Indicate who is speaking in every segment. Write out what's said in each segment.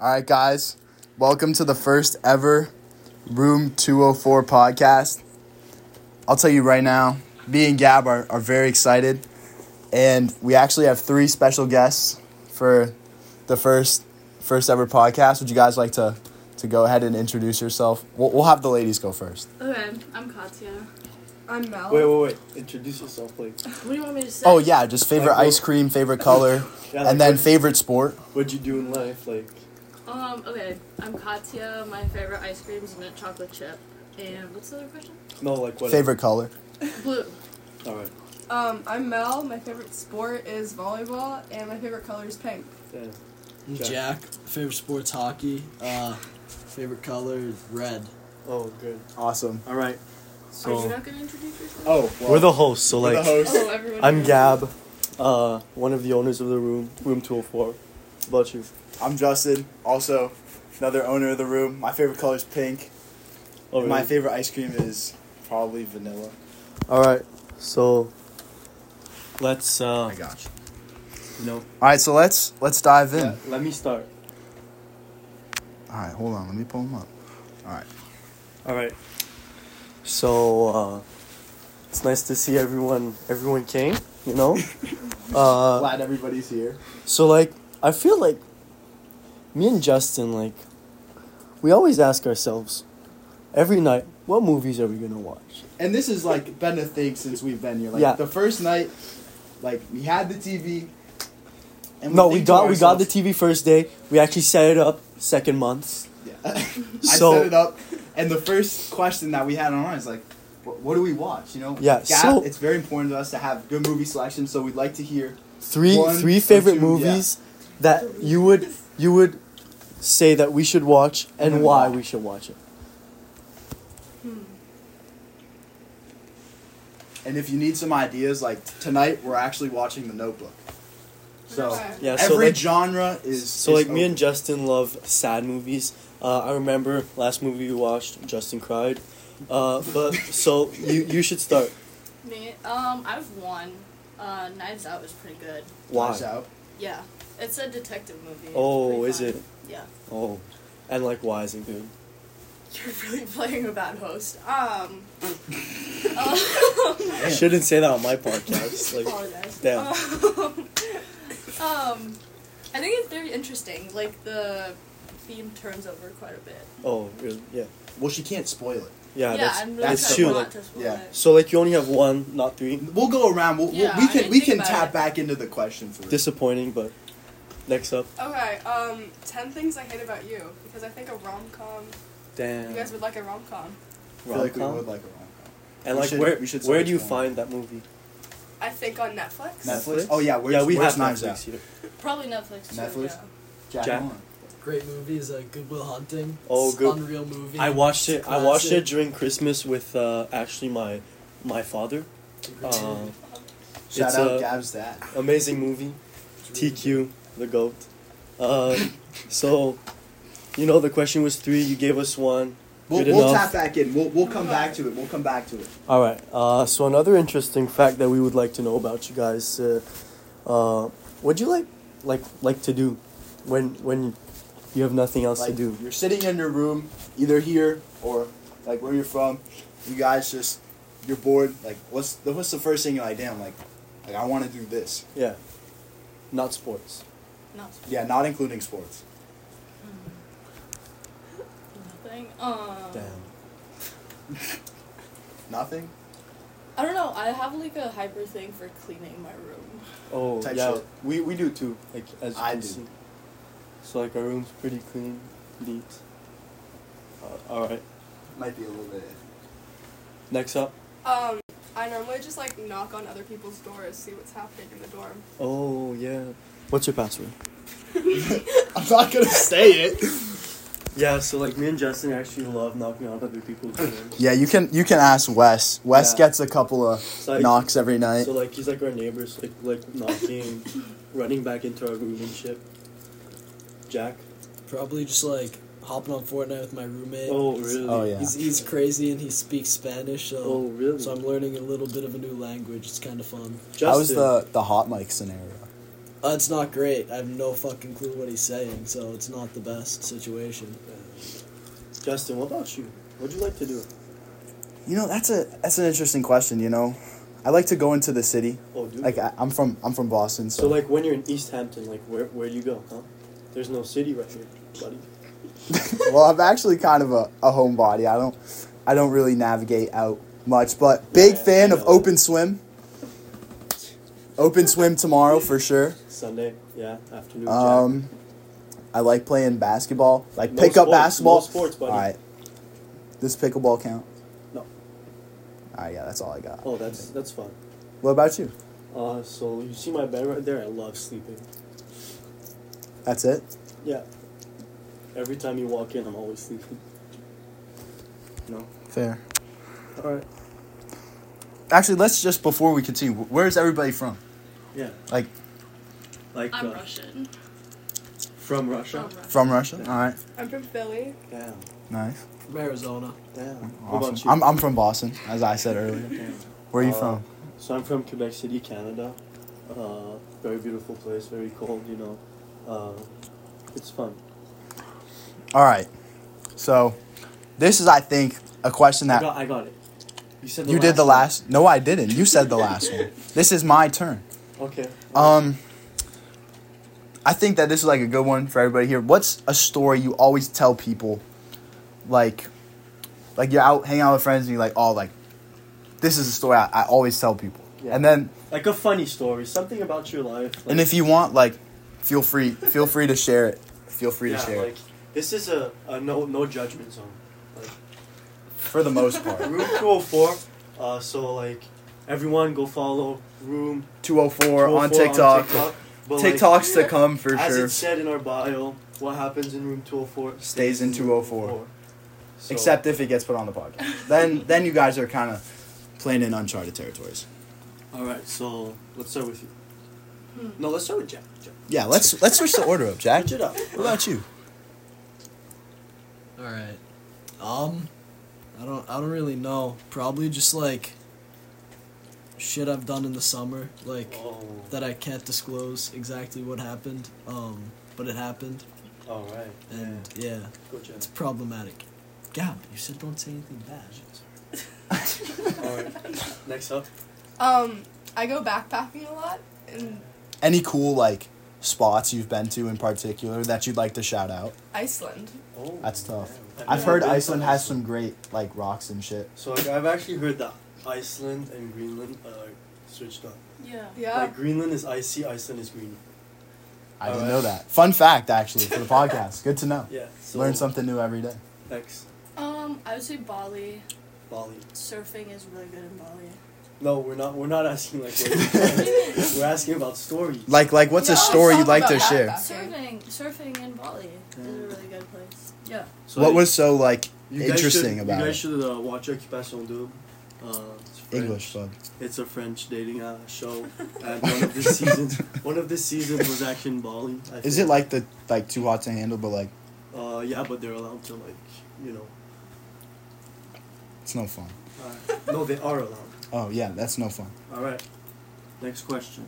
Speaker 1: All right, guys, welcome to the first ever Room 204 podcast. I'll tell you right now, me and Gab are, are very excited, and we actually have three special guests for the first first ever podcast. Would you guys like to, to go ahead and introduce yourself? We'll, we'll have the ladies go first.
Speaker 2: Okay, I'm Katya.
Speaker 3: I'm Mel.
Speaker 4: Wait, wait, wait. Introduce yourself, please.
Speaker 2: What do you want me to say?
Speaker 1: Oh, yeah, just favorite
Speaker 4: Like, well-
Speaker 1: ice cream, favorite color,
Speaker 4: Yeah, like,
Speaker 1: and then
Speaker 4: what-
Speaker 1: favorite sport.
Speaker 4: What'd you do in life? Like,
Speaker 2: Um, okay, I'm Katya. My favorite ice cream is mint chocolate chip. And what's the other question?
Speaker 4: no, like what?
Speaker 1: Favorite color.
Speaker 2: Blue.
Speaker 4: All right.
Speaker 3: Um, I'm Mel. My favorite sport is volleyball, and my favorite color is pink.
Speaker 4: Yeah.
Speaker 5: I'm
Speaker 4: Jack.
Speaker 5: Jack, favorite sports hockey. Uh, favorite color is red.
Speaker 4: Oh, good.
Speaker 1: Awesome.
Speaker 4: All right.
Speaker 2: Are you
Speaker 6: So,
Speaker 2: not gonna introduce yourself?
Speaker 4: Oh, well,
Speaker 6: we're the hosts, so
Speaker 4: we're the
Speaker 6: like,
Speaker 4: host.
Speaker 2: Oh, everyone.
Speaker 6: I'm Gab, uh, one of the owners of the room, room 204. What about you?
Speaker 1: I'm Justin, also another owner of the room. My favorite color is pink.
Speaker 6: Oh,
Speaker 1: My
Speaker 6: really?
Speaker 1: favorite ice cream is probably vanilla.
Speaker 6: All right, so let's, uh,
Speaker 1: gosh.
Speaker 6: you know,
Speaker 1: All right, so let's let's dive in.
Speaker 6: let me start.
Speaker 1: All right, hold on. Let me pull them up. All right.
Speaker 6: All right. So uh, it's nice to see everyone. Everyone came, you know. uh,
Speaker 1: Glad everybody's here.
Speaker 6: So like I feel like me and Justin like we always ask ourselves every night what movies are we going to watch?
Speaker 1: And this has like been a thing since we've been here. Like
Speaker 6: Yeah.
Speaker 1: the first night, like we had the TV. And
Speaker 6: no, we
Speaker 1: think to
Speaker 6: got we got the
Speaker 1: ourselves-
Speaker 6: TV first day. We actually set it up second month.
Speaker 1: Yeah. I
Speaker 6: So-
Speaker 1: set it up, and the first question that we had on our is like, "What, what do we watch?" You know.
Speaker 6: Yeah,
Speaker 1: Gab,
Speaker 6: so-
Speaker 1: it's very important to us to have good movie selection. So we'd like to hear
Speaker 6: Three
Speaker 1: One
Speaker 6: three
Speaker 1: or
Speaker 6: favorite
Speaker 1: two, yeah.
Speaker 6: movies that you would you would say that we should watch and
Speaker 1: And
Speaker 6: why
Speaker 1: why.
Speaker 6: we should watch it.
Speaker 1: And if you need some ideas, like tonight, we're actually watching The Notebook. So
Speaker 3: Okay.
Speaker 6: Yeah, so
Speaker 1: every
Speaker 6: like-
Speaker 1: genre is
Speaker 6: So
Speaker 1: is
Speaker 6: like me
Speaker 1: open.
Speaker 6: and Justin love sad movies. Uh, I remember last movie we watched, Justin cried. Uh, but so you you should start.
Speaker 2: Me. Um, I've won. Uh, Knives Out was pretty good.
Speaker 1: Knives
Speaker 6: Why?
Speaker 1: Out.
Speaker 2: Yeah, it's a detective movie. It's
Speaker 6: Oh,
Speaker 2: pretty
Speaker 6: is
Speaker 2: fun.
Speaker 6: it?
Speaker 2: Yeah.
Speaker 6: Oh, and like why is it good?
Speaker 2: You're really playing a bad host. Um. um,
Speaker 6: I shouldn't say that on my podcast. Like,
Speaker 2: apologize.
Speaker 6: damn.
Speaker 2: Um, um, I think it's very interesting. Like the theme turns over quite a bit.
Speaker 6: oh, really? Yeah,
Speaker 1: Well, she can't spoil it.
Speaker 6: yeah.
Speaker 2: yeah,
Speaker 6: that's
Speaker 2: I'm really
Speaker 6: that's
Speaker 2: trying
Speaker 6: two.
Speaker 2: not
Speaker 6: Like,
Speaker 2: to spoil
Speaker 1: yeah.
Speaker 2: it.
Speaker 6: so like you only have one, not three.
Speaker 1: We'll go around. We'll, we'll-
Speaker 2: Yeah,
Speaker 1: we
Speaker 2: I
Speaker 1: can
Speaker 2: didn't
Speaker 1: we
Speaker 2: think
Speaker 1: can
Speaker 2: about
Speaker 1: tap
Speaker 2: it.
Speaker 1: back into the question for this.
Speaker 6: Disappointing, but next up.
Speaker 3: Okay. Um, ten things I hate about you because I think a rom com.
Speaker 6: Damn.
Speaker 3: You guys would like a rom com.
Speaker 1: I feel like we
Speaker 6: Rom-com?
Speaker 1: would like a rom-com.
Speaker 6: and
Speaker 1: we
Speaker 6: like
Speaker 1: should-
Speaker 6: where
Speaker 1: we should
Speaker 6: where
Speaker 1: start
Speaker 6: do you
Speaker 1: with
Speaker 6: find that movie?
Speaker 3: I think on Netflix.
Speaker 1: Netflix? Oh, yeah, where's-
Speaker 6: yeah. We
Speaker 1: where's
Speaker 6: have
Speaker 1: Knives
Speaker 6: Netflix
Speaker 1: Out?
Speaker 6: here.
Speaker 2: Probably Netflix. Too,
Speaker 1: Netflix?
Speaker 2: Yeah.
Speaker 1: Jack,
Speaker 6: Jack?
Speaker 1: Nolan.
Speaker 5: Great movie is uh, Goodwill Hunting.
Speaker 6: Oh,
Speaker 5: It's
Speaker 6: good-
Speaker 5: Unreal movie.
Speaker 6: I watched it. I watched it
Speaker 5: Classic.
Speaker 6: during Christmas with uh, actually my my father. Uh,
Speaker 1: Shout
Speaker 6: It's,
Speaker 1: out
Speaker 6: uh,
Speaker 1: Gab's dad.
Speaker 6: amazing movie.
Speaker 5: It's really
Speaker 6: TQ the goat. Uh, so, you know, the question was three. You gave us one.
Speaker 1: We'll,
Speaker 6: good
Speaker 1: we'll
Speaker 6: enough.
Speaker 1: tap back in. We'll we'll come back to it. We'll come back to it.
Speaker 6: All right. Uh, so another interesting fact that we would like to know about you guys. Uh, uh, what do you like like like to do when when you have nothing else
Speaker 1: Like
Speaker 6: to do?
Speaker 1: you're sitting in your room, either here or like where you're from. You guys just you're bored. Like what's the what's the first thing you're like? Damn, like like I want to do this.
Speaker 6: Yeah. Not sports.
Speaker 2: No,
Speaker 1: Yeah, not including sports.
Speaker 2: nothing. Um,
Speaker 6: Damn.
Speaker 1: Nothing.
Speaker 2: I don't know. I have like a hyper thing for cleaning my room.
Speaker 6: Oh
Speaker 1: Type
Speaker 6: yeah.
Speaker 1: shit.
Speaker 6: We we do too. Like as you
Speaker 1: I
Speaker 6: can
Speaker 1: do.
Speaker 6: see. So like our room's pretty clean, neat. Uh, all right.
Speaker 1: Might be a little bit.
Speaker 6: Next up.
Speaker 3: Um, I normally just like knock on other people's doors, see what's happening in the dorm.
Speaker 6: Oh yeah. What's your password?
Speaker 1: I'm not gonna say it.
Speaker 6: Yeah, so like me and Justin actually love knocking on other people's doors.
Speaker 1: Yeah, you can you can ask Wes. Wes
Speaker 6: Yeah.
Speaker 1: gets a couple of
Speaker 6: So, like,
Speaker 1: knocks every night.
Speaker 6: So like he's like our neighbors, like like knocking, running back into our room and shit. Jack.
Speaker 5: Probably just like hopping on Fortnite with my roommate.
Speaker 6: Oh really?
Speaker 1: Oh, yeah.
Speaker 5: He's, he's crazy and he speaks Spanish, so
Speaker 6: Oh really?
Speaker 5: so I'm learning a little bit of a new language. It's kind of fun.
Speaker 6: Justin.
Speaker 1: How's the the hot mic scenario?
Speaker 5: Uh, it's not great. I have no fucking clue what he's saying, so it's not the best situation.
Speaker 6: Justin, what about you? What'd you like to do?
Speaker 1: You know, that's a that's an interesting question. You know, I like to go into the city.
Speaker 6: Oh, dude.
Speaker 1: Like I, I'm from I'm from Boston, so,
Speaker 6: so, like, when you're in East Hampton, like, where where do you go? Huh? There's no city right here, buddy.
Speaker 1: well, I'm actually kind of a, a homebody. I don't I don't really navigate out much, but big
Speaker 6: Yeah, I
Speaker 1: fan of
Speaker 6: know.
Speaker 1: Open Swim. Open Swim tomorrow for sure.
Speaker 6: Sunday, yeah, afternoon.
Speaker 1: Um, I like playing basketball. Like
Speaker 6: No
Speaker 1: pick up
Speaker 6: sports,
Speaker 1: basketball.
Speaker 6: no sports, buddy.
Speaker 1: All right. Does pickleball count?
Speaker 6: No.
Speaker 1: All right. Yeah, that's all I got.
Speaker 6: Jack. Oh, that's that's fun.
Speaker 1: What about you?
Speaker 6: Uh, so you see my bed right there. I love sleeping.
Speaker 1: That's it.
Speaker 6: Yeah. Every time you walk in, I'm always sleeping. No.
Speaker 1: Fair.
Speaker 6: All right.
Speaker 1: Actually, let's just before we continue. wh- Where's everybody from?
Speaker 6: Yeah.
Speaker 1: Like
Speaker 6: Like
Speaker 2: I'm
Speaker 6: uh,
Speaker 2: Russian.
Speaker 6: from Russia.
Speaker 2: I'm Russian.
Speaker 1: from Russia? All right.
Speaker 3: I'm from Philly.
Speaker 6: Damn.
Speaker 1: Nice.
Speaker 5: From Arizona.
Speaker 6: Damn. What about
Speaker 1: Awesome.
Speaker 6: you?
Speaker 1: I'm I'm from Boston, as I said earlier.
Speaker 6: Damn.
Speaker 1: Where are you
Speaker 6: Uh,
Speaker 1: from?
Speaker 6: So I'm from Quebec City, Canada. Uh, very beautiful place. Very cold. You know. Uh, it's fun.
Speaker 1: All right. So, this is I think a question
Speaker 6: I
Speaker 1: that
Speaker 6: got. I got it. You said
Speaker 1: you did the
Speaker 6: one.
Speaker 1: last. No, I didn't. You said the last one. This is my turn.
Speaker 6: Okay.
Speaker 1: Um, I think that this is like a good one for everybody here. What's a story you always tell people, like, like you're out hanging out with friends and you're like, oh, like, this is a story I, I always tell people.
Speaker 6: Yeah.
Speaker 1: And then,
Speaker 6: Like a funny story, something about your life. Like,
Speaker 1: and if you want, like, feel free, feel free to share it. Feel free
Speaker 6: yeah,
Speaker 1: to share
Speaker 6: like this is a, a no no judgment zone.
Speaker 1: it for the most part.
Speaker 6: Room 204. Uh, so like everyone go follow Room
Speaker 1: Two oh four
Speaker 6: 204
Speaker 1: on TikTok.
Speaker 6: But, like,
Speaker 1: TikToks to come for
Speaker 6: as
Speaker 1: sure.
Speaker 6: it said in our bio, what happens in Room 204
Speaker 1: Stays in 204.
Speaker 6: So,
Speaker 1: Except if it gets put on the podcast, then then you guys are kind of playing in uncharted territories.
Speaker 6: all right. So let's start with you. No, let's start with Jack. Jack.
Speaker 1: Yeah, let's let's switch the order up, Jack.
Speaker 6: Switch it up.
Speaker 1: What about you?
Speaker 5: All right. Um, I don't. I don't really know. Probably just like shit I've done in the summer, like
Speaker 6: Oh,
Speaker 5: that I can't disclose exactly what happened. Um, but it happened,
Speaker 6: all right.
Speaker 5: and yeah,
Speaker 6: Go Jack.
Speaker 5: it's problematic. Gab, you said don't say anything bad.
Speaker 6: All right. Next up.
Speaker 3: Um, I go backpacking a lot, and
Speaker 1: any cool like spots you've been to in particular that you'd like to shout out?
Speaker 3: Iceland.
Speaker 6: Oh,
Speaker 1: That's tough.
Speaker 6: man.
Speaker 1: I've
Speaker 6: never
Speaker 1: heard
Speaker 6: been to
Speaker 1: Iceland has some great like rocks and shit.
Speaker 6: So like, I've actually heard that Iceland and Greenland are like, switched up.
Speaker 2: Yeah.
Speaker 3: Yeah.
Speaker 6: Like Greenland is icy, Iceland is green.
Speaker 1: I didn't
Speaker 6: Alright.
Speaker 1: know that. Fun fact actually for the podcast. Good to know.
Speaker 6: Yeah. So
Speaker 1: Learn something new every day.
Speaker 6: Next,
Speaker 2: Um, I would say Bali.
Speaker 6: Bali.
Speaker 2: Surfing is really good in Bali.
Speaker 6: No, we're not. We're not asking like. What we're asking about stories.
Speaker 1: Like like what's
Speaker 3: Yeah,
Speaker 1: a
Speaker 3: let's
Speaker 1: story
Speaker 3: talk
Speaker 1: you'd like to
Speaker 3: about that.
Speaker 1: share?
Speaker 3: That's
Speaker 2: Surfing, surfing in Bali is a really good place. Yeah.
Speaker 6: So
Speaker 1: What was so like
Speaker 6: you guys
Speaker 1: interesting
Speaker 6: should,
Speaker 1: about
Speaker 6: You guys
Speaker 1: it?
Speaker 6: should uh, watch Occupation Double. Uh, it's French.
Speaker 1: English bud.
Speaker 6: It's a French dating uh, show, and one of the seasons, one of the seasons was actually in Bali. I
Speaker 1: Is
Speaker 6: think.
Speaker 1: it like the like too hot to handle but like
Speaker 6: Uh, yeah, but they're allowed to like, you know.
Speaker 1: it's no fun.
Speaker 6: Uh, no, they are allowed.
Speaker 1: Oh yeah, that's no fun.
Speaker 6: All right. Next question.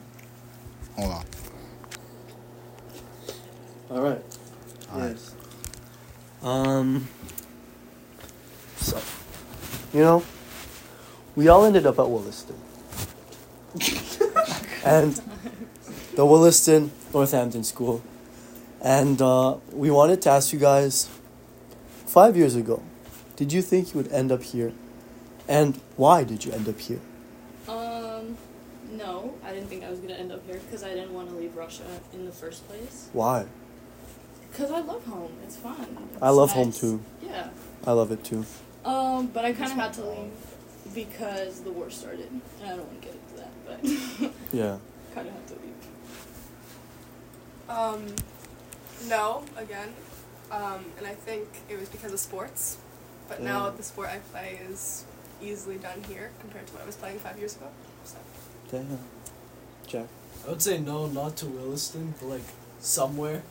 Speaker 1: Hold on.
Speaker 6: All right.
Speaker 1: Alright.
Speaker 6: Yes. Um.
Speaker 4: So, you know, we all ended up at Williston.
Speaker 6: and the Williston Northampton School. And uh, we wanted to ask you guys five years ago, did you think you would end up here? And why did you end up here?
Speaker 2: Um, no, I didn't think I was gonna end up here because I didn't want to leave Russia in the first place.
Speaker 6: Why?
Speaker 2: Because I love home. It's fun.
Speaker 6: I
Speaker 2: It's
Speaker 6: love home
Speaker 2: nice.
Speaker 6: too.
Speaker 2: Yeah.
Speaker 6: I love it too.
Speaker 2: Um, but I kind of had to leave because the war started, and I don't want to get into that, but
Speaker 6: Yeah.
Speaker 2: kind of had to leave.
Speaker 3: Um, no, again. Um, and I think it was because of sports. But now
Speaker 6: Mm.
Speaker 3: the sport I play is easily done here compared to what I was playing five years ago. So
Speaker 6: Damn. Jack.
Speaker 5: I would say no, not to Williston, but like somewhere,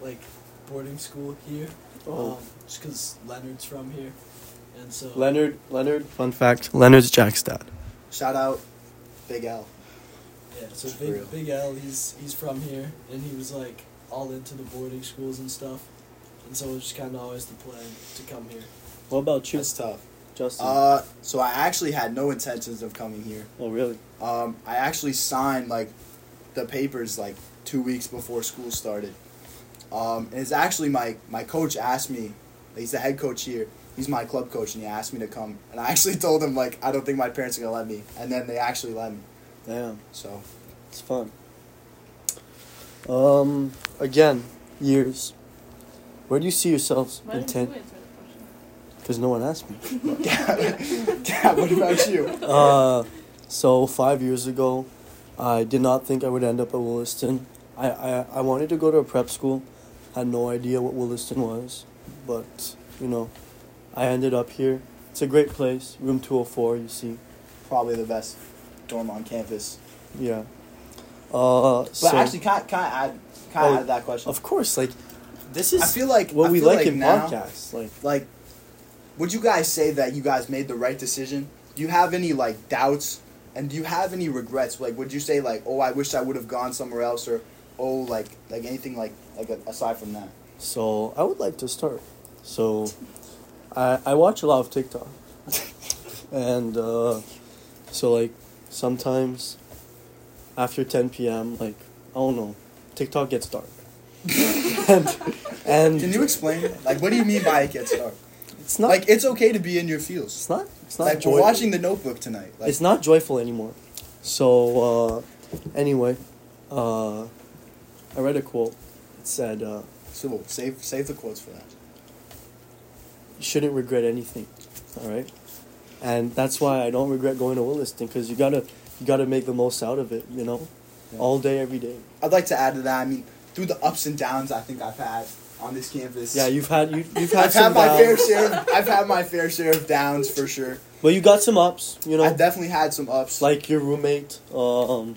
Speaker 5: like boarding school here.
Speaker 6: Oh.
Speaker 5: Um, just because Leonard's from here, and so
Speaker 6: Leonard. Leonard. Fun fact. Leonard's Jack's dad.
Speaker 1: Shout out Big L.
Speaker 5: Yeah, so
Speaker 1: It's real.
Speaker 5: Big, Big L, he's he's from here, and he was like all into the boarding schools and stuff, and so it was just kind of always the plan to come here.
Speaker 6: What about you,
Speaker 1: That's tough.
Speaker 6: Justin?
Speaker 1: Uh, so I actually had no intentions of coming here.
Speaker 6: oh, really?
Speaker 1: Um, I actually signed like the papers like two weeks before school started. Um, and it's actually my my coach asked me. He's the head coach here. He's my club coach, and he asked me to come. And I actually told him like I don't think my parents are gonna let me. And then they actually let me.
Speaker 6: Damn,
Speaker 1: So
Speaker 6: it's fun. Um, again, years. Where do you see yourselves
Speaker 2: Why
Speaker 6: in
Speaker 2: didn't you answer
Speaker 6: ten?
Speaker 2: that question?
Speaker 6: Because no one asked me.
Speaker 1: yeah, yeah. What about you?
Speaker 6: Uh, so five years ago, I did not think I would end up at Williston. I, I, I wanted to go to a prep school. Had no idea what Williston was, but you know, I ended up here. It's a great place, room two hundred four. You see,
Speaker 1: Probably the best dorm on campus.
Speaker 6: yeah. Uh,
Speaker 1: But
Speaker 6: so,
Speaker 1: actually, can I, can I add can I
Speaker 6: Oh,
Speaker 1: add that question?
Speaker 6: of course, like this is
Speaker 1: I feel like
Speaker 6: what
Speaker 1: I
Speaker 6: we
Speaker 1: feel
Speaker 6: like, in
Speaker 1: now,
Speaker 6: podcasts. Like
Speaker 1: like would you guys say that you guys made the right decision do you have any like doubts and do you have any regrets like would you say like oh i wish i would have gone somewhere else or oh like like anything like like aside from that
Speaker 6: So I would like to start. So I I watch a lot of TikTok, and uh, so like sometimes after ten p.m. like I don't know, TikTok gets dark, and and
Speaker 1: can you explain like what do you mean by it gets dark
Speaker 6: it's not
Speaker 1: like it's okay to be in your feels
Speaker 6: it's not it's not
Speaker 1: like
Speaker 6: joy-
Speaker 1: we're watching the notebook tonight like
Speaker 6: it's not joyful anymore. So uh, anyway, uh, I read a quote. It said, uh,
Speaker 1: so we'll save save the quotes for that
Speaker 6: you shouldn't regret anything. All right, and that's why I don't regret going to Williston because you gotta you gotta make the most out of it. You know,
Speaker 1: Yeah.
Speaker 6: all day, every day.
Speaker 1: i'd like to add to that i mean through the ups and downs i think i've had on this campus
Speaker 6: Yeah, you've had you, you've had
Speaker 1: I've
Speaker 6: some
Speaker 1: had my fair
Speaker 6: downs,
Speaker 1: share. Of, I've had my fair share of downs for sure.
Speaker 6: but you got some ups. You know,
Speaker 1: I've definitely had some ups.
Speaker 6: like your roommate. Um,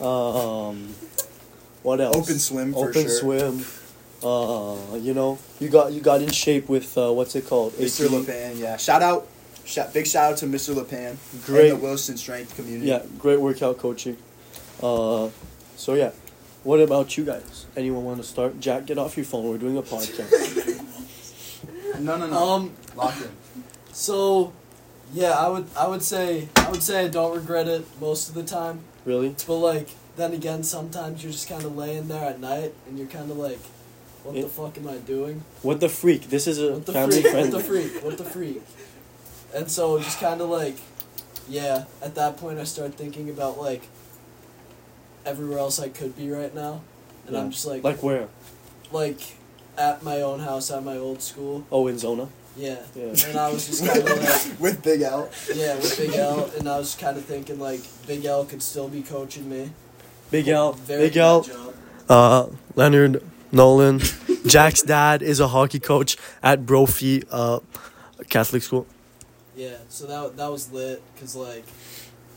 Speaker 6: um, what else?
Speaker 1: Open swim for
Speaker 6: Open
Speaker 1: sure.
Speaker 6: swim. Uh, you know, you got you got in shape with uh, what's it called?
Speaker 1: Mr.
Speaker 6: AP.
Speaker 1: LePan, yeah. Shout out, shout, big shout out to Mr. LePan
Speaker 6: Great.
Speaker 1: and the Wilson Strength community.
Speaker 6: Yeah, great workout coaching. Uh, so yeah, what about you guys? Anyone want to start? Jack, get off your phone. We're doing a podcast.
Speaker 1: No, no, no.
Speaker 5: Um,
Speaker 1: Lock in.
Speaker 5: so yeah, I would I would say I would say I don't regret it most of the time,
Speaker 6: really?
Speaker 5: but like then again, sometimes you're just kind of laying there at night and you're kind of like, what the
Speaker 6: It-
Speaker 5: fuck am I doing?
Speaker 6: What the freak? This is a
Speaker 5: What the
Speaker 6: family
Speaker 5: freak?
Speaker 6: friendly.
Speaker 5: What the freak? What the freak? And so just kind of like, yeah. At that point, I start thinking about like everywhere else I could be right now, and
Speaker 6: Yeah.
Speaker 5: I'm just like, like
Speaker 6: Like where?
Speaker 5: at my own house, at my old school.
Speaker 6: Oh, in Zona.
Speaker 5: Yeah.
Speaker 6: Yeah.
Speaker 5: And I was just kind of like,
Speaker 1: With Big L.
Speaker 5: yeah, with Big L, and I was kind of thinking like Big L could still be coaching me.
Speaker 6: Big L.
Speaker 5: Very
Speaker 6: Big L.
Speaker 5: good job.
Speaker 6: Uh, Leonard Nolan. Jack's dad is a hockey coach at Brophy uh, Catholic School.
Speaker 5: Yeah. So that that was lit because like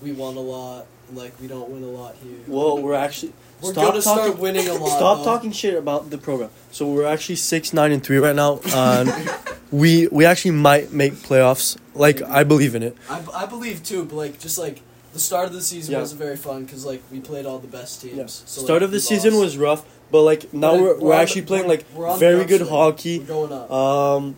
Speaker 5: we won a lot, and like we don't win a lot here.
Speaker 6: Whoa, we're actually.
Speaker 5: We're
Speaker 6: stop
Speaker 5: gonna start
Speaker 6: talking-
Speaker 5: winning a lot,
Speaker 6: Stop
Speaker 5: though.
Speaker 6: talking shit about the program. So we're actually six, nine, and three right now. And we we actually might make playoffs. Like I believe in it.
Speaker 5: I, I believe too, but like just like the start of the season
Speaker 6: Yeah.
Speaker 5: wasn't very fun because like we played all the best teams. So,
Speaker 6: Start
Speaker 5: like,
Speaker 6: of the
Speaker 5: we
Speaker 6: season
Speaker 5: lost.
Speaker 6: was rough, but like now
Speaker 5: But
Speaker 6: we're,
Speaker 5: on
Speaker 6: we're,
Speaker 5: the-
Speaker 6: actually playing like
Speaker 5: we're on the
Speaker 6: very good
Speaker 5: upswing.
Speaker 6: hockey.
Speaker 5: We're going up.
Speaker 6: Um,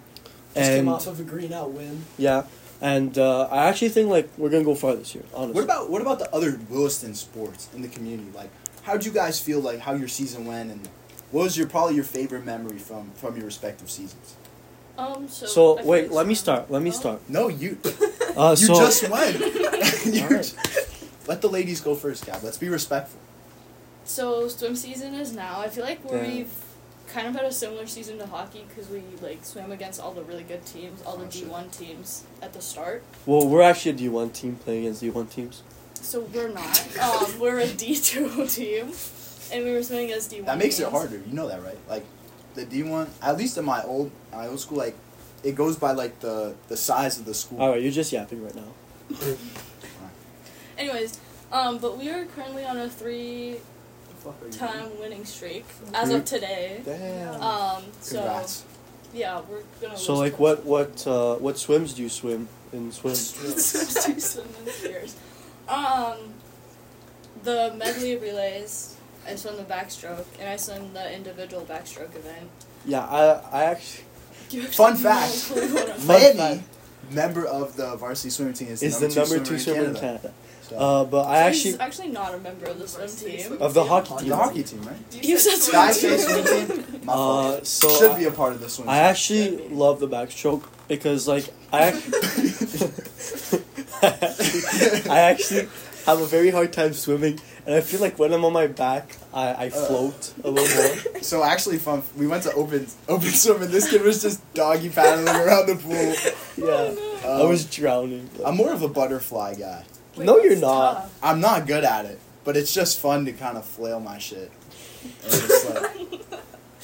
Speaker 5: just came
Speaker 6: and
Speaker 5: off of a green out win.
Speaker 6: yeah, and uh, I actually think like we're gonna go far this year. Honestly.
Speaker 1: What about what about the other Williston sports in the community? Like, how would you guys feel like how your season went, and what was your probably your favorite memory from from your respective seasons?
Speaker 2: Um, so, I
Speaker 6: So
Speaker 2: feel
Speaker 6: wait,
Speaker 2: like
Speaker 6: let me
Speaker 2: some-
Speaker 6: start. Let me
Speaker 2: Oh.
Speaker 6: start.
Speaker 1: No, you
Speaker 6: Uh,
Speaker 1: you
Speaker 6: so
Speaker 1: just went. You
Speaker 6: Alright.
Speaker 1: j- Let the ladies go first, Gab. Let's be respectful.
Speaker 2: So swim season is now. I feel like
Speaker 6: Yeah.
Speaker 2: we've kind of had a similar season to hockey because we like swam against all the really good teams, all the
Speaker 1: Oh, shit.
Speaker 2: D one teams at the start.
Speaker 6: well, we're actually a D one team playing against D one teams.
Speaker 2: So we're not. Um, we're a D two team, and we were swimming as D one.
Speaker 1: That makes it harder. You know that, right? Like the D one, at least in my old my old school, like it goes by like the the size of the school.
Speaker 6: All right, you're just yapping right now.
Speaker 2: Anyways, um, but we are currently on a three time winning streak as of today.
Speaker 1: Damn.
Speaker 2: Um, so
Speaker 1: Congrats.
Speaker 2: yeah, we're gonna.
Speaker 6: So
Speaker 2: lose
Speaker 6: like,
Speaker 2: to-
Speaker 6: what what uh, what swims do you swim in swim?
Speaker 2: Two swim in the years. Um, the medley relays. I swam the backstroke, and I swam the individual backstroke event.
Speaker 6: Yeah, I I actually
Speaker 1: Fun fact.
Speaker 6: Fun
Speaker 1: Manny,
Speaker 6: fact.
Speaker 1: member of the varsity swimming team, is,
Speaker 6: is the number two swimmer in
Speaker 1: Canada.
Speaker 6: Canada.
Speaker 1: So,
Speaker 6: Uh, but I
Speaker 2: He's
Speaker 6: actually
Speaker 2: actually not a member of the swim team.
Speaker 6: of the hockey
Speaker 1: the
Speaker 6: team.
Speaker 1: hockey team, right?
Speaker 2: You said
Speaker 3: swim
Speaker 2: swim
Speaker 1: Guys,
Speaker 2: team.
Speaker 3: team.
Speaker 1: swim team. My fault.
Speaker 6: Uh, so
Speaker 1: Should
Speaker 6: I-
Speaker 1: be a part of the swim.
Speaker 6: I
Speaker 1: team.
Speaker 6: actually love the backstroke because like I actually, I actually have a very hard time swimming and I feel like when I'm on my back I,
Speaker 1: Uh,
Speaker 6: I float a little more.
Speaker 1: So actually, fun. We went to open open swim, and this kid was just doggy paddling around the pool.
Speaker 6: Yeah. I
Speaker 1: Um,
Speaker 6: was drowning.
Speaker 1: I'm more of a butterfly guy.
Speaker 2: Wait,
Speaker 6: no you're
Speaker 2: that's
Speaker 6: not.
Speaker 2: tough.
Speaker 1: I'm not good at it, but it's just fun to kind of flail my shit and just like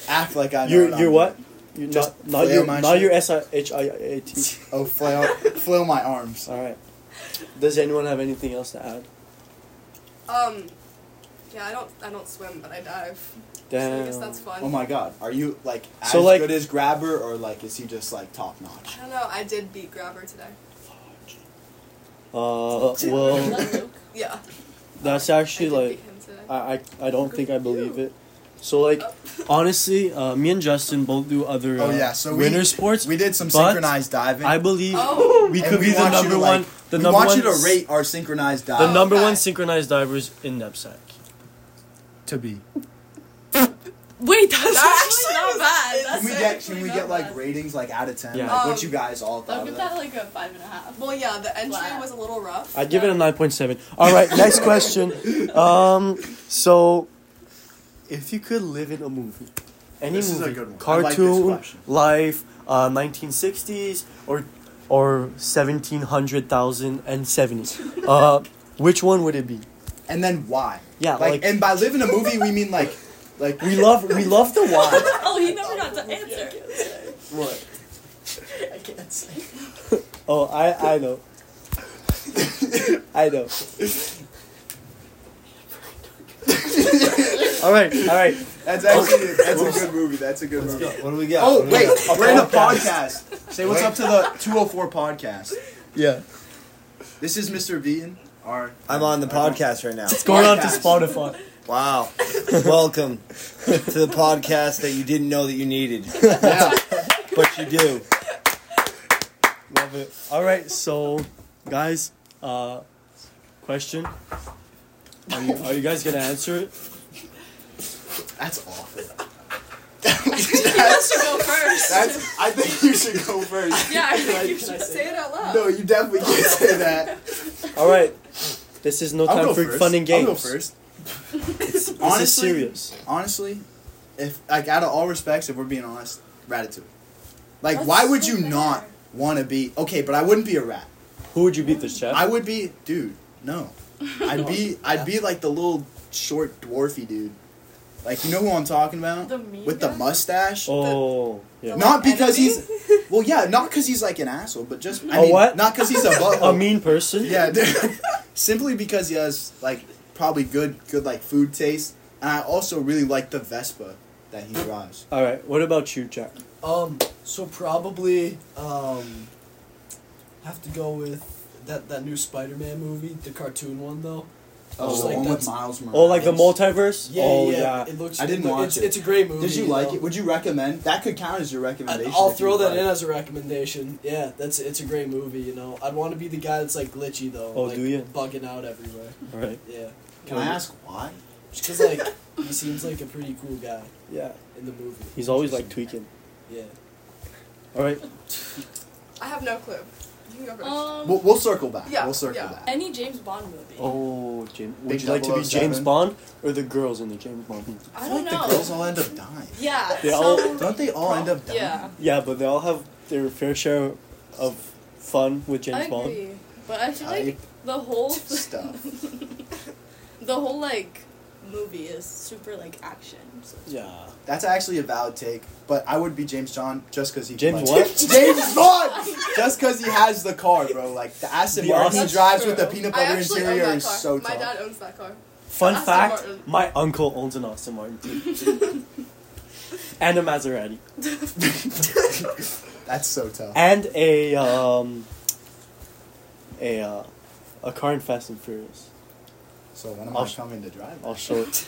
Speaker 1: act like I know.
Speaker 6: You're
Speaker 1: I'm
Speaker 6: you're what?
Speaker 1: doing.
Speaker 6: You're
Speaker 1: Just
Speaker 6: not not
Speaker 1: flail
Speaker 6: your
Speaker 1: my
Speaker 6: not
Speaker 1: shit.
Speaker 6: your S I H I A T.
Speaker 1: Oh, flail flail my arms.
Speaker 6: All right. Does anyone have anything else to add?
Speaker 3: Um, yeah, I don't, I don't swim, but I dive. So I guess
Speaker 6: Damn.
Speaker 3: that's fun.
Speaker 1: Oh my god, are you like as
Speaker 6: So, like-
Speaker 1: good as Grabber, or like is he just like top notch?
Speaker 3: I don't know. I did beat Grabber today.
Speaker 6: Uh,
Speaker 2: Is
Speaker 6: well,
Speaker 2: that a joke?
Speaker 3: Yeah,
Speaker 6: that's
Speaker 3: I
Speaker 6: actually
Speaker 3: did
Speaker 6: like
Speaker 3: beat him today.
Speaker 6: I, I I don't think I believe it. So like honestly, uh, me and Justin both do other uh,
Speaker 1: Oh, yeah, so we-
Speaker 6: winter sports.
Speaker 1: We did some
Speaker 6: But
Speaker 1: synchronized diving.
Speaker 6: I believe
Speaker 3: Oh.
Speaker 6: we
Speaker 1: and
Speaker 6: could be the
Speaker 1: want you
Speaker 6: number
Speaker 1: to,
Speaker 6: one.
Speaker 1: like- we
Speaker 6: The number
Speaker 1: want
Speaker 6: one.
Speaker 1: you to
Speaker 6: s-
Speaker 1: rate our synchronized dive.
Speaker 6: the number
Speaker 3: okay.
Speaker 6: one synchronized divers in Knepsack.
Speaker 1: to be.
Speaker 2: Wait, that's
Speaker 3: That
Speaker 2: actually not bad.
Speaker 1: Can
Speaker 2: That's
Speaker 1: we get
Speaker 2: actually
Speaker 1: can we
Speaker 2: not
Speaker 1: get like
Speaker 2: bad.
Speaker 1: ratings like out of ten?
Speaker 6: Yeah.
Speaker 1: Like
Speaker 3: Um,
Speaker 1: what you guys all
Speaker 2: I'll
Speaker 1: thought
Speaker 2: give
Speaker 1: of
Speaker 2: that
Speaker 1: that?
Speaker 2: like a five and a half.
Speaker 3: Well, yeah, the entry
Speaker 2: Wow.
Speaker 3: was a little rough.
Speaker 6: I give it a nine point seven. All right, next question. Um, so if you could live in a movie, any
Speaker 1: This is a
Speaker 6: movie,
Speaker 1: good one. I like this
Speaker 6: cartoon,
Speaker 1: question.
Speaker 6: life, uh, nineteen sixties, or or seventeen hundred thousand and seventy. Uh, which one would it be?
Speaker 1: And then why?
Speaker 6: Yeah,
Speaker 1: Like,
Speaker 6: like-
Speaker 1: and by live in a movie we mean like like
Speaker 6: We love we love the why.
Speaker 2: Oh, he never got to answer.
Speaker 1: what?
Speaker 5: I can't say.
Speaker 6: Oh, I I know. I know. all right, all right.
Speaker 1: That's actually that's a good movie. That's a good movie.
Speaker 4: What do we got?
Speaker 1: Oh
Speaker 4: What do we
Speaker 1: wait,
Speaker 4: got?
Speaker 1: we're in a podcast. Say what's up to the 204 podcast.
Speaker 6: Yeah,
Speaker 1: This is Mr. Beaton. Our
Speaker 4: I'm on the
Speaker 1: our-
Speaker 4: podcast right now.
Speaker 6: it's going on to Spotify.
Speaker 4: Wow. Welcome to the podcast that you didn't know that you needed,
Speaker 1: Yeah.
Speaker 4: but you do.
Speaker 6: Love it. All right, so guys, uh, question. Are you, are you guys gonna answer it?
Speaker 1: That's awful.
Speaker 2: He wants to go first.
Speaker 1: That's I think you should go first.
Speaker 2: yeah, I think you
Speaker 5: Can I
Speaker 2: should
Speaker 5: say
Speaker 2: say it out loud.
Speaker 1: No, you definitely can't say that.
Speaker 6: All right, this is no
Speaker 1: I'll
Speaker 6: time
Speaker 1: go
Speaker 6: for
Speaker 1: first.
Speaker 6: fun and games.
Speaker 1: I'll go first.
Speaker 6: This is
Speaker 1: Honestly,
Speaker 6: serious.
Speaker 1: honestly, if like out of all respects, if we're being honest, Ratatouille. Like, why
Speaker 2: That's
Speaker 1: would
Speaker 2: so
Speaker 1: you
Speaker 2: fair.
Speaker 1: not want to be okay? But I wouldn't be a rat.
Speaker 6: Who would you beat this chef?
Speaker 1: I would be, dude. No, I'd be, I'd be like the little short dwarfy dude. Like you know who I'm talking about?
Speaker 2: The mean
Speaker 1: With the
Speaker 2: guy?
Speaker 1: mustache.
Speaker 6: oh, yeah.
Speaker 1: Not because
Speaker 3: Enemy?
Speaker 1: he's, well, yeah, not because he's like an asshole, but just I
Speaker 6: A
Speaker 1: mean,
Speaker 6: what?
Speaker 1: not because he's a butthole.
Speaker 6: A mean person.
Speaker 1: Yeah, dude. simply because he has like probably good, good like food taste, and I also really like the Vespa that he drives.
Speaker 6: All right. What about you, Jack?
Speaker 5: Um, so probably um, have to go with that that new Spider-Man movie, the cartoon one though.
Speaker 1: Oh,
Speaker 5: Just
Speaker 1: the
Speaker 5: like
Speaker 1: one
Speaker 5: that's-
Speaker 1: with Miles Morales.
Speaker 6: Oh, like the multiverse.
Speaker 5: Yeah,
Speaker 6: oh,
Speaker 5: yeah, It looks.
Speaker 1: I didn't
Speaker 5: it, look-
Speaker 1: watch
Speaker 5: it's,
Speaker 1: it.
Speaker 5: It's a great movie.
Speaker 1: Did you like
Speaker 5: though.
Speaker 1: it? Would you recommend? That could count as your
Speaker 5: I'd-
Speaker 1: recommendation.
Speaker 5: I'll
Speaker 1: if
Speaker 5: throw
Speaker 1: you
Speaker 5: that
Speaker 1: like.
Speaker 5: in as a recommendation. Yeah, that's it's a great movie. You know, I'd want to be the guy that's like glitchy though.
Speaker 6: Oh,
Speaker 5: like,
Speaker 6: do ya?
Speaker 5: Bugging out everywhere.
Speaker 6: All right.
Speaker 5: Yeah,
Speaker 1: Can I ask why?
Speaker 5: just 'cause, like he seems like a pretty cool guy
Speaker 6: Yeah.
Speaker 5: in the movie.
Speaker 6: He's always like tweaking.
Speaker 5: Yeah.
Speaker 6: All right.
Speaker 3: I have no clue. You can go first.
Speaker 2: Um,
Speaker 1: We'll, we'll circle back.
Speaker 3: Yeah,
Speaker 1: we'll circle
Speaker 3: yeah.
Speaker 1: back.
Speaker 2: any James Bond movie.
Speaker 6: Oh, James. Would
Speaker 1: Big
Speaker 6: you like to be
Speaker 1: 007?
Speaker 6: James Bond or the girls in the James Bond? movie?
Speaker 2: I don't
Speaker 1: like
Speaker 2: know.
Speaker 1: the girls all end up dying.
Speaker 2: yeah.
Speaker 6: They
Speaker 2: so,
Speaker 6: all-
Speaker 1: Don't they all end up dying?
Speaker 2: Yeah.
Speaker 6: Yeah, but they all have their fair share of fun with
Speaker 2: I
Speaker 6: James Bond.
Speaker 2: agree. But I feel like
Speaker 1: Type
Speaker 2: the whole
Speaker 1: stuff.
Speaker 2: the whole like movie is super like action. So.
Speaker 6: Yeah.
Speaker 1: That's actually a valid take, but I would be James John just because he.
Speaker 6: James
Speaker 1: like,
Speaker 6: what?
Speaker 1: James Bond. just because he has the car, bro. Like the Aston
Speaker 6: The
Speaker 1: Martin he
Speaker 6: Aston-
Speaker 1: drives with the
Speaker 2: That's
Speaker 1: peanut
Speaker 3: I
Speaker 1: butter
Speaker 3: actually own
Speaker 1: interior
Speaker 3: that
Speaker 1: is
Speaker 3: car.
Speaker 1: so
Speaker 3: My
Speaker 1: tough.
Speaker 3: dad owns that car.
Speaker 6: Fun
Speaker 3: Aston
Speaker 6: fact:
Speaker 3: Martin.
Speaker 6: my uncle owns an Aston Martin and a Maserati
Speaker 1: That's so tough.
Speaker 6: and a um a uh, a car in Fast and Furious.
Speaker 1: So when am
Speaker 6: I'll
Speaker 1: I
Speaker 6: sh-
Speaker 1: coming to drive?
Speaker 6: I'll show it.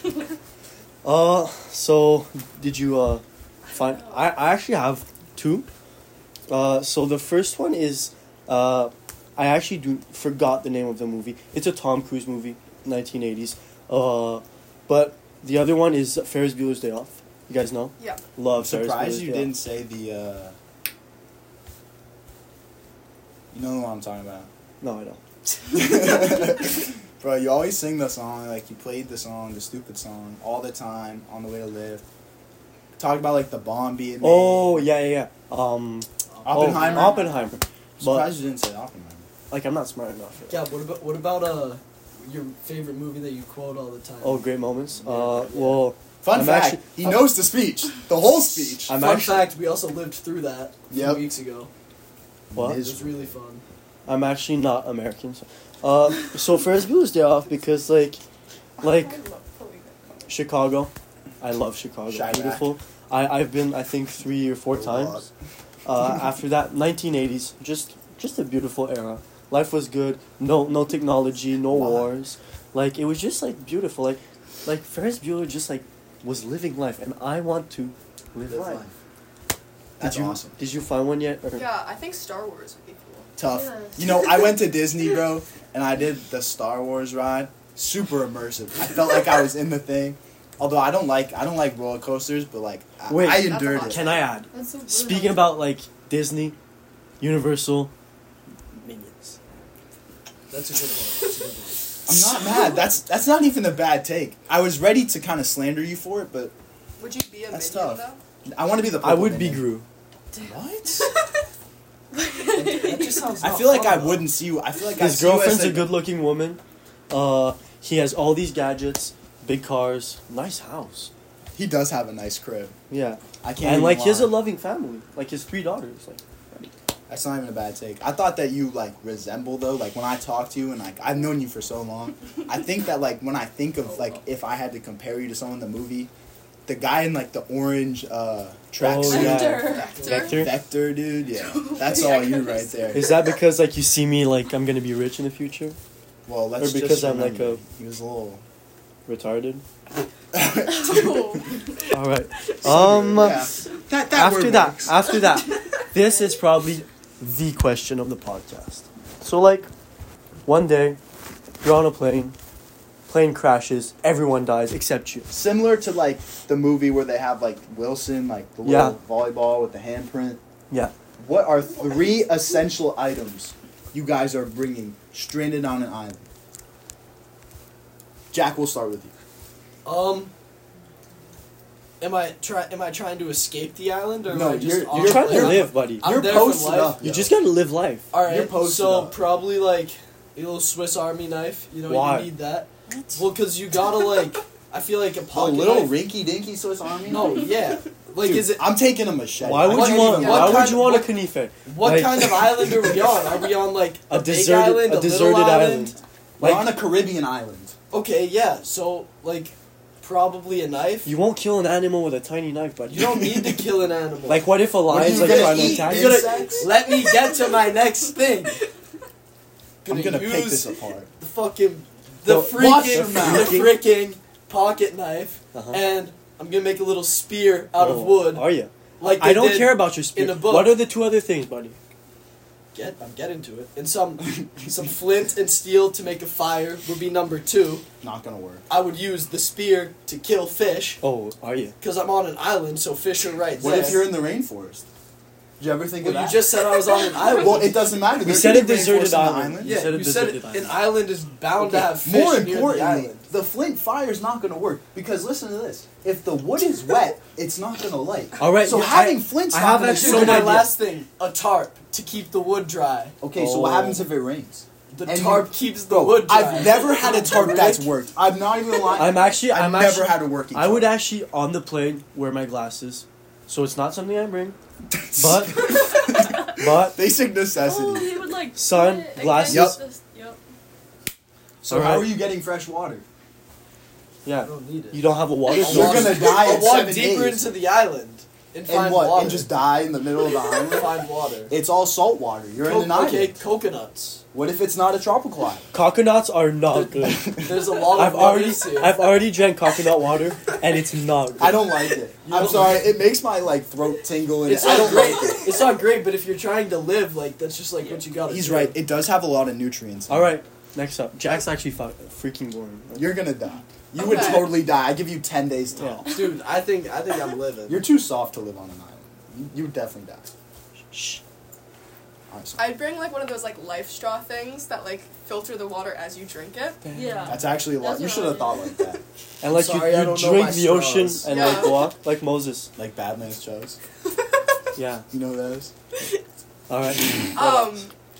Speaker 6: uh, so did you uh find? I, I actually have two. Uh, so the first one is uh, I actually do forgot the name of the movie. It's a Tom Cruise movie, nineteen eighties. Uh, but the other one is Ferris Bueller's Day Off. You guys know?
Speaker 3: Yeah.
Speaker 6: Love
Speaker 1: I'm surprised
Speaker 6: Ferris Bueller's
Speaker 1: you
Speaker 6: Day Off.
Speaker 1: didn't say the. Uh, you know what I'm talking about.
Speaker 6: No, I don't.
Speaker 1: Bro, you always sing the song, like you played the song, the stupid song, all the time on the way to live. Talk about like the bomb being. made.
Speaker 6: Oh yeah, yeah, yeah. Um,
Speaker 1: Oppenheimer.
Speaker 6: Oh, Oppenheimer.
Speaker 1: I'm
Speaker 6: But
Speaker 1: surprised you didn't say Oppenheimer.
Speaker 6: like, I'm not smart enough. for that.
Speaker 5: Yeah, what about what about uh your favorite movie that you quote all the time?
Speaker 6: Oh, great moments.
Speaker 5: Yeah,
Speaker 6: Uh,
Speaker 5: yeah.
Speaker 6: well,
Speaker 1: Fun
Speaker 6: I'm
Speaker 1: fact:
Speaker 6: actually-
Speaker 1: he knows the speech, the whole speech.
Speaker 6: I'm
Speaker 5: Fun
Speaker 6: actually-
Speaker 5: fact, we also lived through that a few
Speaker 1: Yep.
Speaker 5: weeks ago.
Speaker 6: What?
Speaker 5: It was
Speaker 1: Miserable.
Speaker 5: really fun.
Speaker 6: I'm actually not American. So, uh, so Ferris Bueller's Day Off because like, like Chicago, I love Chicago.
Speaker 1: Chirac.
Speaker 6: Beautiful. I I've been I think three or four times. Uh, after that, 1980s, just just a beautiful era. Life was good. No no technology, no
Speaker 1: Wow.
Speaker 6: wars. Like it was just like beautiful. Like like Ferris Bueller just like was living life, and I want to live,
Speaker 1: Live
Speaker 6: life.
Speaker 1: life. That's
Speaker 6: did you
Speaker 1: awesome.
Speaker 6: did you find one yet? Or-
Speaker 3: Yeah, I think Star Wars would be cool.
Speaker 1: Tough.
Speaker 2: Yeah.
Speaker 1: You know, I went to Disney, bro, and I did the Star Wars ride. Super immersive. I felt like I was in the thing. Although I don't like I don't like roller coasters, but like I,
Speaker 6: Wait.
Speaker 1: I
Speaker 6: That's
Speaker 1: endured
Speaker 3: awesome.
Speaker 1: it.
Speaker 6: Can I add?
Speaker 2: That's so
Speaker 6: Speaking about like Disney, Universal, Minions.
Speaker 5: That's a good one. That's a good one.
Speaker 1: I'm not mad. That's that's not even a bad take. I was ready to kind of slander you for it, but
Speaker 3: Would you be a
Speaker 1: That's
Speaker 3: minion
Speaker 1: tough.
Speaker 3: though?
Speaker 1: I want to be the.
Speaker 6: I
Speaker 1: purple
Speaker 6: would be
Speaker 1: minion.
Speaker 6: Gru.
Speaker 1: What?
Speaker 5: That just sounds.
Speaker 1: I
Speaker 5: not
Speaker 1: feel like I
Speaker 5: fun, though.
Speaker 1: wouldn't see you. I feel like I
Speaker 6: His
Speaker 1: see you as,
Speaker 6: girlfriend's a
Speaker 1: like,
Speaker 6: good-looking woman. Uh, he has all these gadgets, big cars, nice house.
Speaker 1: He does have a nice crib.
Speaker 6: Yeah,
Speaker 1: I can't.
Speaker 6: and
Speaker 1: even
Speaker 6: like he has
Speaker 1: lie.
Speaker 6: a loving family, like his three daughters. Like
Speaker 1: That's not even a bad take. I thought that you like resemble though. Like when I talk to you and like I've known you for so long, I think that like when I think of like if I had to compare you to someone in the movie, the guy in like the orange uh tracksuit,
Speaker 6: Oh, yeah.
Speaker 1: Vector.
Speaker 6: Vector.
Speaker 1: dude, yeah, that's
Speaker 3: Oh, Yeah,
Speaker 1: all you
Speaker 3: I
Speaker 1: right there.
Speaker 6: Is that because like you see me like I'm gonna be rich in the future?
Speaker 1: well, let's
Speaker 6: or because
Speaker 1: just
Speaker 6: I'm, like,
Speaker 1: remember, he was a little.
Speaker 6: Retarded.
Speaker 3: Oh,
Speaker 6: All right. Um.
Speaker 1: Yeah. That, that
Speaker 6: after
Speaker 1: word
Speaker 6: that,
Speaker 1: works.
Speaker 6: after that, this is probably the question of the podcast. So like, one day, you're on a plane, plane crashes, everyone dies except you.
Speaker 1: Similar to like the movie where they have like Wilson, like the
Speaker 6: Yeah.
Speaker 1: little volleyball with the handprint.
Speaker 6: Yeah.
Speaker 1: What are three essential items you guys are bringing stranded on an island? Jack, we'll start with you.
Speaker 5: Um. Am I try? Am I trying to escape the island, or
Speaker 1: No,
Speaker 5: am I just?
Speaker 1: you're-
Speaker 5: on
Speaker 1: you're
Speaker 6: You're trying to
Speaker 5: land?
Speaker 6: live, buddy.
Speaker 5: I'm
Speaker 1: You're
Speaker 5: there for
Speaker 1: posted
Speaker 5: life.
Speaker 1: up.
Speaker 6: You just gotta live life.
Speaker 5: All right.
Speaker 1: You're posted
Speaker 5: so
Speaker 1: up.
Speaker 5: probably like a little Swiss Army knife. You know,
Speaker 6: Why?
Speaker 5: you need that. Well, because you gotta like. I feel like a
Speaker 1: A
Speaker 5: pocket
Speaker 1: little
Speaker 5: knife.
Speaker 1: rinky dinky Swiss Army.
Speaker 5: No, yeah. Like,
Speaker 1: Dude,
Speaker 5: is it
Speaker 1: I'm taking a machete.
Speaker 6: Why would
Speaker 5: What-
Speaker 6: you want?
Speaker 5: what
Speaker 6: Why would
Speaker 5: kind-
Speaker 6: you want a
Speaker 5: what-
Speaker 6: conifer?
Speaker 5: what
Speaker 6: Like-
Speaker 5: kind of island are we on? Are we on like a,
Speaker 6: A
Speaker 5: big
Speaker 6: deserted,
Speaker 5: island,
Speaker 6: a
Speaker 5: little
Speaker 6: deserted
Speaker 5: island?
Speaker 6: island.
Speaker 1: We're
Speaker 6: Like
Speaker 1: on a Caribbean island.
Speaker 5: Okay, yeah. So like, probably a knife.
Speaker 6: you won't kill an animal with a tiny knife, buddy.
Speaker 5: You don't need to kill an animal.
Speaker 6: Like what if a
Speaker 1: What are you
Speaker 6: lion's like
Speaker 1: gonna
Speaker 6: trying to
Speaker 1: eat,
Speaker 6: attack
Speaker 1: dude?
Speaker 6: you?
Speaker 1: Insects?
Speaker 5: Let me get to my next thing.
Speaker 1: I'm gonna
Speaker 5: use
Speaker 1: pick this apart.
Speaker 5: the fucking the
Speaker 6: No,
Speaker 1: watch
Speaker 5: freaking
Speaker 1: your mouth.
Speaker 5: the freaking pocket knife,
Speaker 6: Uh-huh.
Speaker 5: and I'm gonna make a little spear out
Speaker 6: Oh,
Speaker 5: of wood.
Speaker 6: Are you?
Speaker 5: Like
Speaker 6: I
Speaker 5: they
Speaker 6: don't
Speaker 5: did-
Speaker 6: care about your spear.
Speaker 5: the book.
Speaker 6: What are the two other things, buddy?
Speaker 5: Get, I'm getting to it. And some some flint and steel to make a fire would be number two.
Speaker 1: Not gonna work.
Speaker 5: I would use the spear to kill fish
Speaker 6: Oh, are you?
Speaker 5: because I'm on an island, so fish are right
Speaker 1: What
Speaker 5: there.
Speaker 1: if you're in the rainforest? Did you ever think
Speaker 5: Well,
Speaker 1: of that?
Speaker 5: you just said I was on an island.
Speaker 1: well, it doesn't matter.
Speaker 6: We
Speaker 1: There
Speaker 6: said
Speaker 1: could
Speaker 6: a
Speaker 1: be
Speaker 6: deserted
Speaker 1: rainforest on the
Speaker 6: island.
Speaker 5: yeah,
Speaker 6: you said a
Speaker 5: you said
Speaker 6: deserted
Speaker 5: an
Speaker 6: island.
Speaker 5: island is bound to have fish
Speaker 1: More
Speaker 5: near the
Speaker 1: importantly,
Speaker 5: island.
Speaker 1: the, flint fires not going to work because listen to this: if the wood is wet, it's not going to light.
Speaker 6: All right,
Speaker 1: So
Speaker 6: yeah,
Speaker 1: having
Speaker 6: I-
Speaker 1: flint's
Speaker 6: I
Speaker 1: not
Speaker 6: have
Speaker 1: gonna
Speaker 6: actually
Speaker 1: do
Speaker 5: So
Speaker 1: it.
Speaker 6: Good
Speaker 5: my
Speaker 6: idea.
Speaker 5: last thing, a tarp to keep the wood dry.
Speaker 1: Okay, so what
Speaker 6: Oh.
Speaker 1: happens if it rains?
Speaker 5: The
Speaker 1: And
Speaker 5: tarp
Speaker 1: you-
Speaker 5: keeps the
Speaker 1: Bro,
Speaker 5: wood dry.
Speaker 1: I've never had a tarp that's
Speaker 5: Rick,
Speaker 1: worked. I'm not even lying.
Speaker 6: I'm actually.
Speaker 1: I've
Speaker 6: I'm
Speaker 1: never
Speaker 6: actually,
Speaker 1: had a working.
Speaker 6: I would
Speaker 1: tarp.
Speaker 6: actually on the plane wear my glasses, so it's not something I bring. But, but
Speaker 1: basic
Speaker 2: Oh,
Speaker 1: necessity.
Speaker 2: he would like.
Speaker 6: Sun,
Speaker 2: put it against
Speaker 6: glasses.
Speaker 2: this- Yep.
Speaker 1: so
Speaker 6: All
Speaker 1: how
Speaker 6: right.
Speaker 1: are you getting fresh water?
Speaker 5: I
Speaker 6: yeah,
Speaker 5: don't need it.
Speaker 6: you don't have a water
Speaker 1: You're
Speaker 6: source.
Speaker 1: gonna die
Speaker 5: I'll
Speaker 1: at
Speaker 5: walk
Speaker 1: seven
Speaker 5: deeper
Speaker 1: days.
Speaker 5: into the island. And
Speaker 1: and
Speaker 5: find
Speaker 1: what?
Speaker 5: water.
Speaker 1: And just die in the middle of the island?
Speaker 5: find water.
Speaker 1: It's all salt water. You're
Speaker 5: Co-
Speaker 1: in an island.
Speaker 5: okay, coconuts.
Speaker 1: What if it's not a tropical island?
Speaker 6: Coconuts are not good.
Speaker 5: There's a lot
Speaker 6: I've
Speaker 5: of
Speaker 6: already
Speaker 5: nuggets here.
Speaker 6: I've already drank coconut water and it's not good.
Speaker 1: I don't like it. I'm
Speaker 5: don't-
Speaker 1: sorry. It makes my like throat tingle and
Speaker 5: It's
Speaker 1: I
Speaker 5: not
Speaker 1: don't
Speaker 5: great.
Speaker 1: like it.
Speaker 5: It's not great, but if you're trying to live, like that's just like what you got.
Speaker 1: Oh, He's
Speaker 5: do.
Speaker 1: right. It does have a lot of nutrients. in
Speaker 6: All
Speaker 1: it.
Speaker 6: right, next up, Jack's actually fu- freaking boring.
Speaker 1: You're gonna die. You would
Speaker 2: Okay.
Speaker 1: totally die. I give you ten days time.
Speaker 5: dude. I think I think I'm living.
Speaker 1: You're too soft to live on an island. You, you would definitely die.
Speaker 6: Shh.
Speaker 1: All right, so
Speaker 3: I'd bring like one of those like life straw things that like filter the water as you drink it.
Speaker 2: Yeah.
Speaker 1: that's actually a lot.
Speaker 2: That's
Speaker 1: You
Speaker 2: what
Speaker 1: should
Speaker 2: I
Speaker 1: have
Speaker 2: did.
Speaker 1: thought like that,
Speaker 6: And like
Speaker 1: sorry, I
Speaker 6: you, you
Speaker 1: don't know
Speaker 6: drink
Speaker 1: my
Speaker 6: the ocean
Speaker 1: straws.
Speaker 6: and
Speaker 3: Yeah.
Speaker 6: like walk like Moses.
Speaker 1: like Badlands chose.
Speaker 6: Yeah.
Speaker 1: You know those?
Speaker 6: All right.
Speaker 3: Um,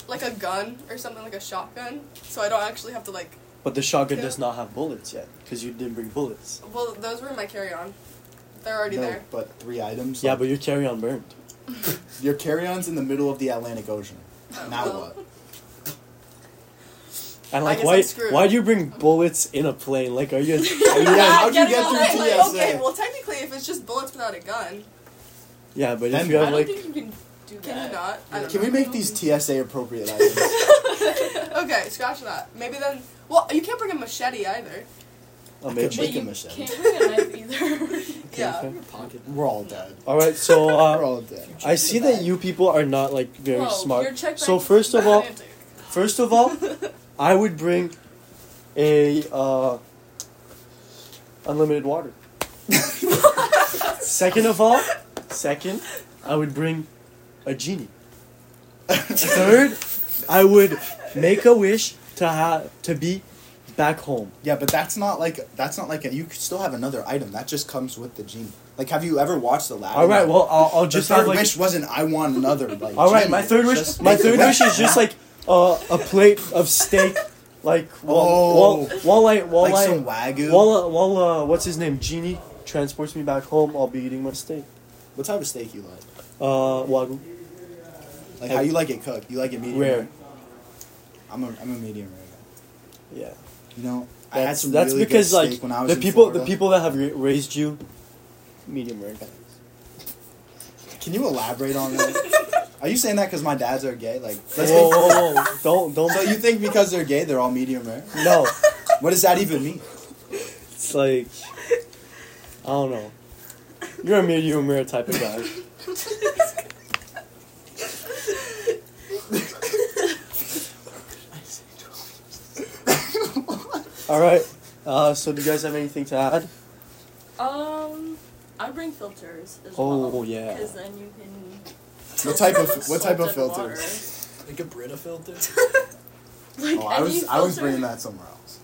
Speaker 3: like a gun or something like a shotgun, so I don't actually have to like.
Speaker 6: But the shotgun
Speaker 3: Yeah.
Speaker 6: does not have bullets yet because you didn't bring bullets.
Speaker 3: Well, those were in my carry-on. They're already
Speaker 1: no,
Speaker 3: there.
Speaker 1: but three items.
Speaker 6: Yeah, but your carry on burned.
Speaker 1: your carry-on's in the middle of the Atlantic Ocean. Now
Speaker 3: well.
Speaker 1: what?
Speaker 6: And
Speaker 3: I
Speaker 6: like
Speaker 3: guess
Speaker 6: why
Speaker 3: I'm screwed.
Speaker 6: why do you bring bullets in a plane? Like are you?
Speaker 1: Oh, Yeah, how'd you
Speaker 2: getting
Speaker 1: get
Speaker 2: all
Speaker 1: through
Speaker 2: that,
Speaker 1: TSA?
Speaker 2: like,
Speaker 3: okay, well technically, if it's just bullets without a gun,
Speaker 6: yeah, but
Speaker 1: Then-
Speaker 6: if you
Speaker 2: I
Speaker 6: have
Speaker 2: don't
Speaker 6: like
Speaker 2: think you can do
Speaker 3: can
Speaker 2: that.
Speaker 3: you not? I don't
Speaker 1: Can
Speaker 3: know.
Speaker 1: we make these TSA appropriate items?
Speaker 3: Okay, scratch that. Maybe then. Well, you can't bring a machete either.
Speaker 6: a
Speaker 1: could
Speaker 6: major.
Speaker 1: make
Speaker 2: But
Speaker 1: a
Speaker 2: you
Speaker 1: machete.
Speaker 2: can't bring a knife either.
Speaker 3: yeah.
Speaker 6: okay.
Speaker 5: pocket.
Speaker 1: We're all dead.
Speaker 6: All right, so
Speaker 1: We're
Speaker 6: uh,
Speaker 1: all dead.
Speaker 6: I see that you people are not like very
Speaker 2: Whoa, your
Speaker 6: smart.
Speaker 2: check
Speaker 6: So
Speaker 2: bag-
Speaker 6: first of all,
Speaker 3: Antic.
Speaker 6: First of all, I would bring a uh, unlimited water. second of all, second, I would bring a genie. Third, I would make a wish to have to be back home.
Speaker 1: Yeah, but that's not like that's not like a, you could still have another item that just comes with the genie. Like, have you ever watched the last?
Speaker 6: All right, well I'll, I'll just
Speaker 1: the
Speaker 6: have
Speaker 1: third
Speaker 6: like
Speaker 1: wish wasn't I want another. Like,
Speaker 6: All right,
Speaker 1: genie.
Speaker 6: my third wish
Speaker 1: Just
Speaker 6: my
Speaker 1: make
Speaker 6: third
Speaker 1: a
Speaker 6: wish is just like uh, a plate of steak like
Speaker 1: Oh.
Speaker 6: wall, wall, walleye walleye
Speaker 1: like some wagyu.
Speaker 6: While, while uh, what's his name? Genie transports me back home, I'll be eating my steak.
Speaker 1: what type of steak you like?
Speaker 6: Uh, wagyu.
Speaker 1: Like how you like it cooked? You like it medium
Speaker 6: Rare.
Speaker 1: rare? I'm a I'm a medium rare. guy.
Speaker 6: Yeah.
Speaker 1: You know, I had
Speaker 6: That's,
Speaker 1: some
Speaker 6: that's
Speaker 1: really good
Speaker 6: because
Speaker 1: steak
Speaker 6: like
Speaker 1: when I was
Speaker 6: the
Speaker 1: in
Speaker 6: people the
Speaker 1: Florida.
Speaker 6: people that have ra- raised you, medium rare guys.
Speaker 1: Can you elaborate on that? are you saying that because my dads are gay? Like, let's
Speaker 6: Whoa, whoa, whoa! don't don't.
Speaker 1: so you think because they're gay they're all medium rare?
Speaker 6: no,
Speaker 1: What does that even mean?
Speaker 6: it's like I don't know. You're a medium rare type of guy. All right. Uh, so do you guys have anything to add?
Speaker 2: Um, I bring filters as well.
Speaker 6: Oh yeah.
Speaker 2: Because then you can.
Speaker 1: What type
Speaker 2: put
Speaker 1: of what type of
Speaker 2: salt in water.
Speaker 1: filters?
Speaker 5: Like a Brita filter.
Speaker 2: Like
Speaker 1: Oh, I
Speaker 2: any
Speaker 1: was
Speaker 2: filter,
Speaker 1: I was bringing that somewhere else.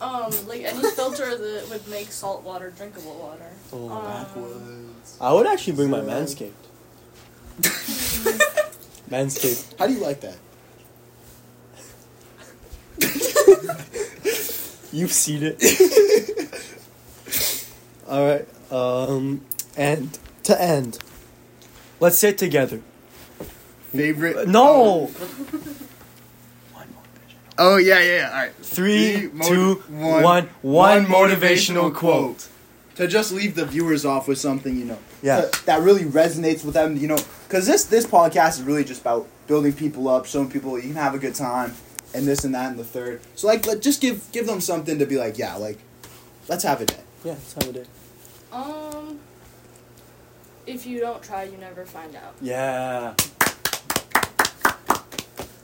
Speaker 2: Um, like any filter that would make salt water drinkable water.
Speaker 6: Oh,
Speaker 2: um,
Speaker 1: Backwards.
Speaker 6: I would actually bring my
Speaker 1: So-
Speaker 6: manscaped. manscaped.
Speaker 1: How do you like that?
Speaker 6: You've seen it. All right. Um, and to end, let's say it together.
Speaker 1: Favorite?
Speaker 6: No.
Speaker 1: Oh yeah, yeah. yeah. All right.
Speaker 6: Three,
Speaker 1: The mo-
Speaker 6: two, one. One motivational quote.
Speaker 1: To just leave the viewers off with something, you know.
Speaker 6: Yeah.
Speaker 1: That, that really resonates with them, you know, because this this podcast is really just about building people up, showing people you can have a good time, and this and that and the third. So like, let just give give them something to be like, yeah, like, let's have a day.
Speaker 6: Yeah, let's have a day.
Speaker 2: Um, if you don't try, you never find out.
Speaker 6: Yeah.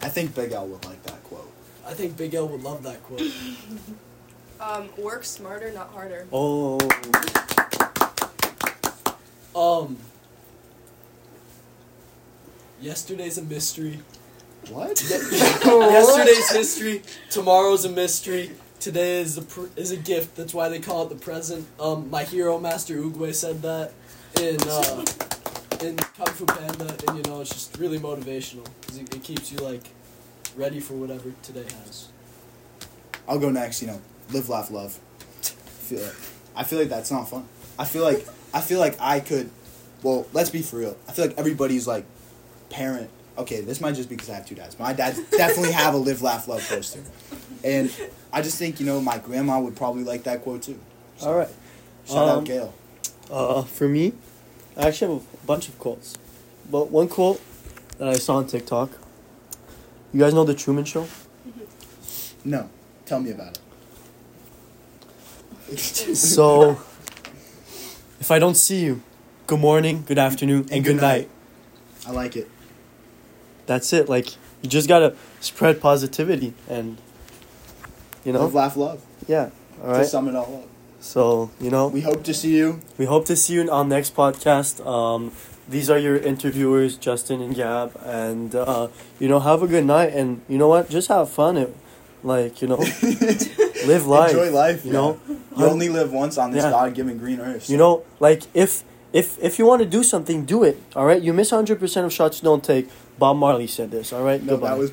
Speaker 1: I think Big L would like that quote.
Speaker 5: I think Big L would love that quote.
Speaker 3: Um, work smarter, not harder.
Speaker 6: Oh.
Speaker 5: Um. Yesterday's a mystery.
Speaker 1: What?
Speaker 5: Yesterday's history. Tomorrow's a mystery. Today is a pr- is a gift. That's why they call it the present. Um, my hero, Master Oogway, said that in uh, in Kung Fu Panda, and you know it's just really motivational. 'cause it, it keeps you like ready for whatever today has.
Speaker 1: I'll go next. You know, live, laugh, love. I feel like, I feel like that's not fun. I feel like I feel like I could. Well, let's be for real. I feel like everybody's like parent. Okay, this might just be because I have two dads. My dads definitely have a live, laugh, love poster, and I just think you know my grandma would probably like that quote too.
Speaker 6: All right.
Speaker 1: Shout
Speaker 6: Um,
Speaker 1: out Gail.
Speaker 6: Uh, for me, I actually have a bunch of quotes, but one quote that I saw on TikTok. You guys know the Truman Show?
Speaker 1: No, tell me about it.
Speaker 6: So, if I don't see you, good morning, good afternoon, and, good, night.
Speaker 1: I like it.
Speaker 6: That's it. Like you just gotta spread positivity, and you know,
Speaker 1: Love, laugh, love.
Speaker 6: yeah. All
Speaker 1: To
Speaker 6: right.
Speaker 1: sum it all up,
Speaker 6: So you know,
Speaker 1: we hope to see you.
Speaker 6: We hope to see you on next podcast. Um, these are your interviewers, Justin and Gab, and uh, you know, have a good night, and you know what, just have fun. It, like you know, live life.
Speaker 1: Enjoy life.
Speaker 6: You know,
Speaker 1: You only live once on this
Speaker 6: Yeah.
Speaker 1: God-given green earth. so
Speaker 6: you know, like if if if you want to do something, do it. All right, you miss hundred percent of shots you don't take. Bob Marley said this. All right,
Speaker 1: no,
Speaker 6: Goodbye.
Speaker 1: that was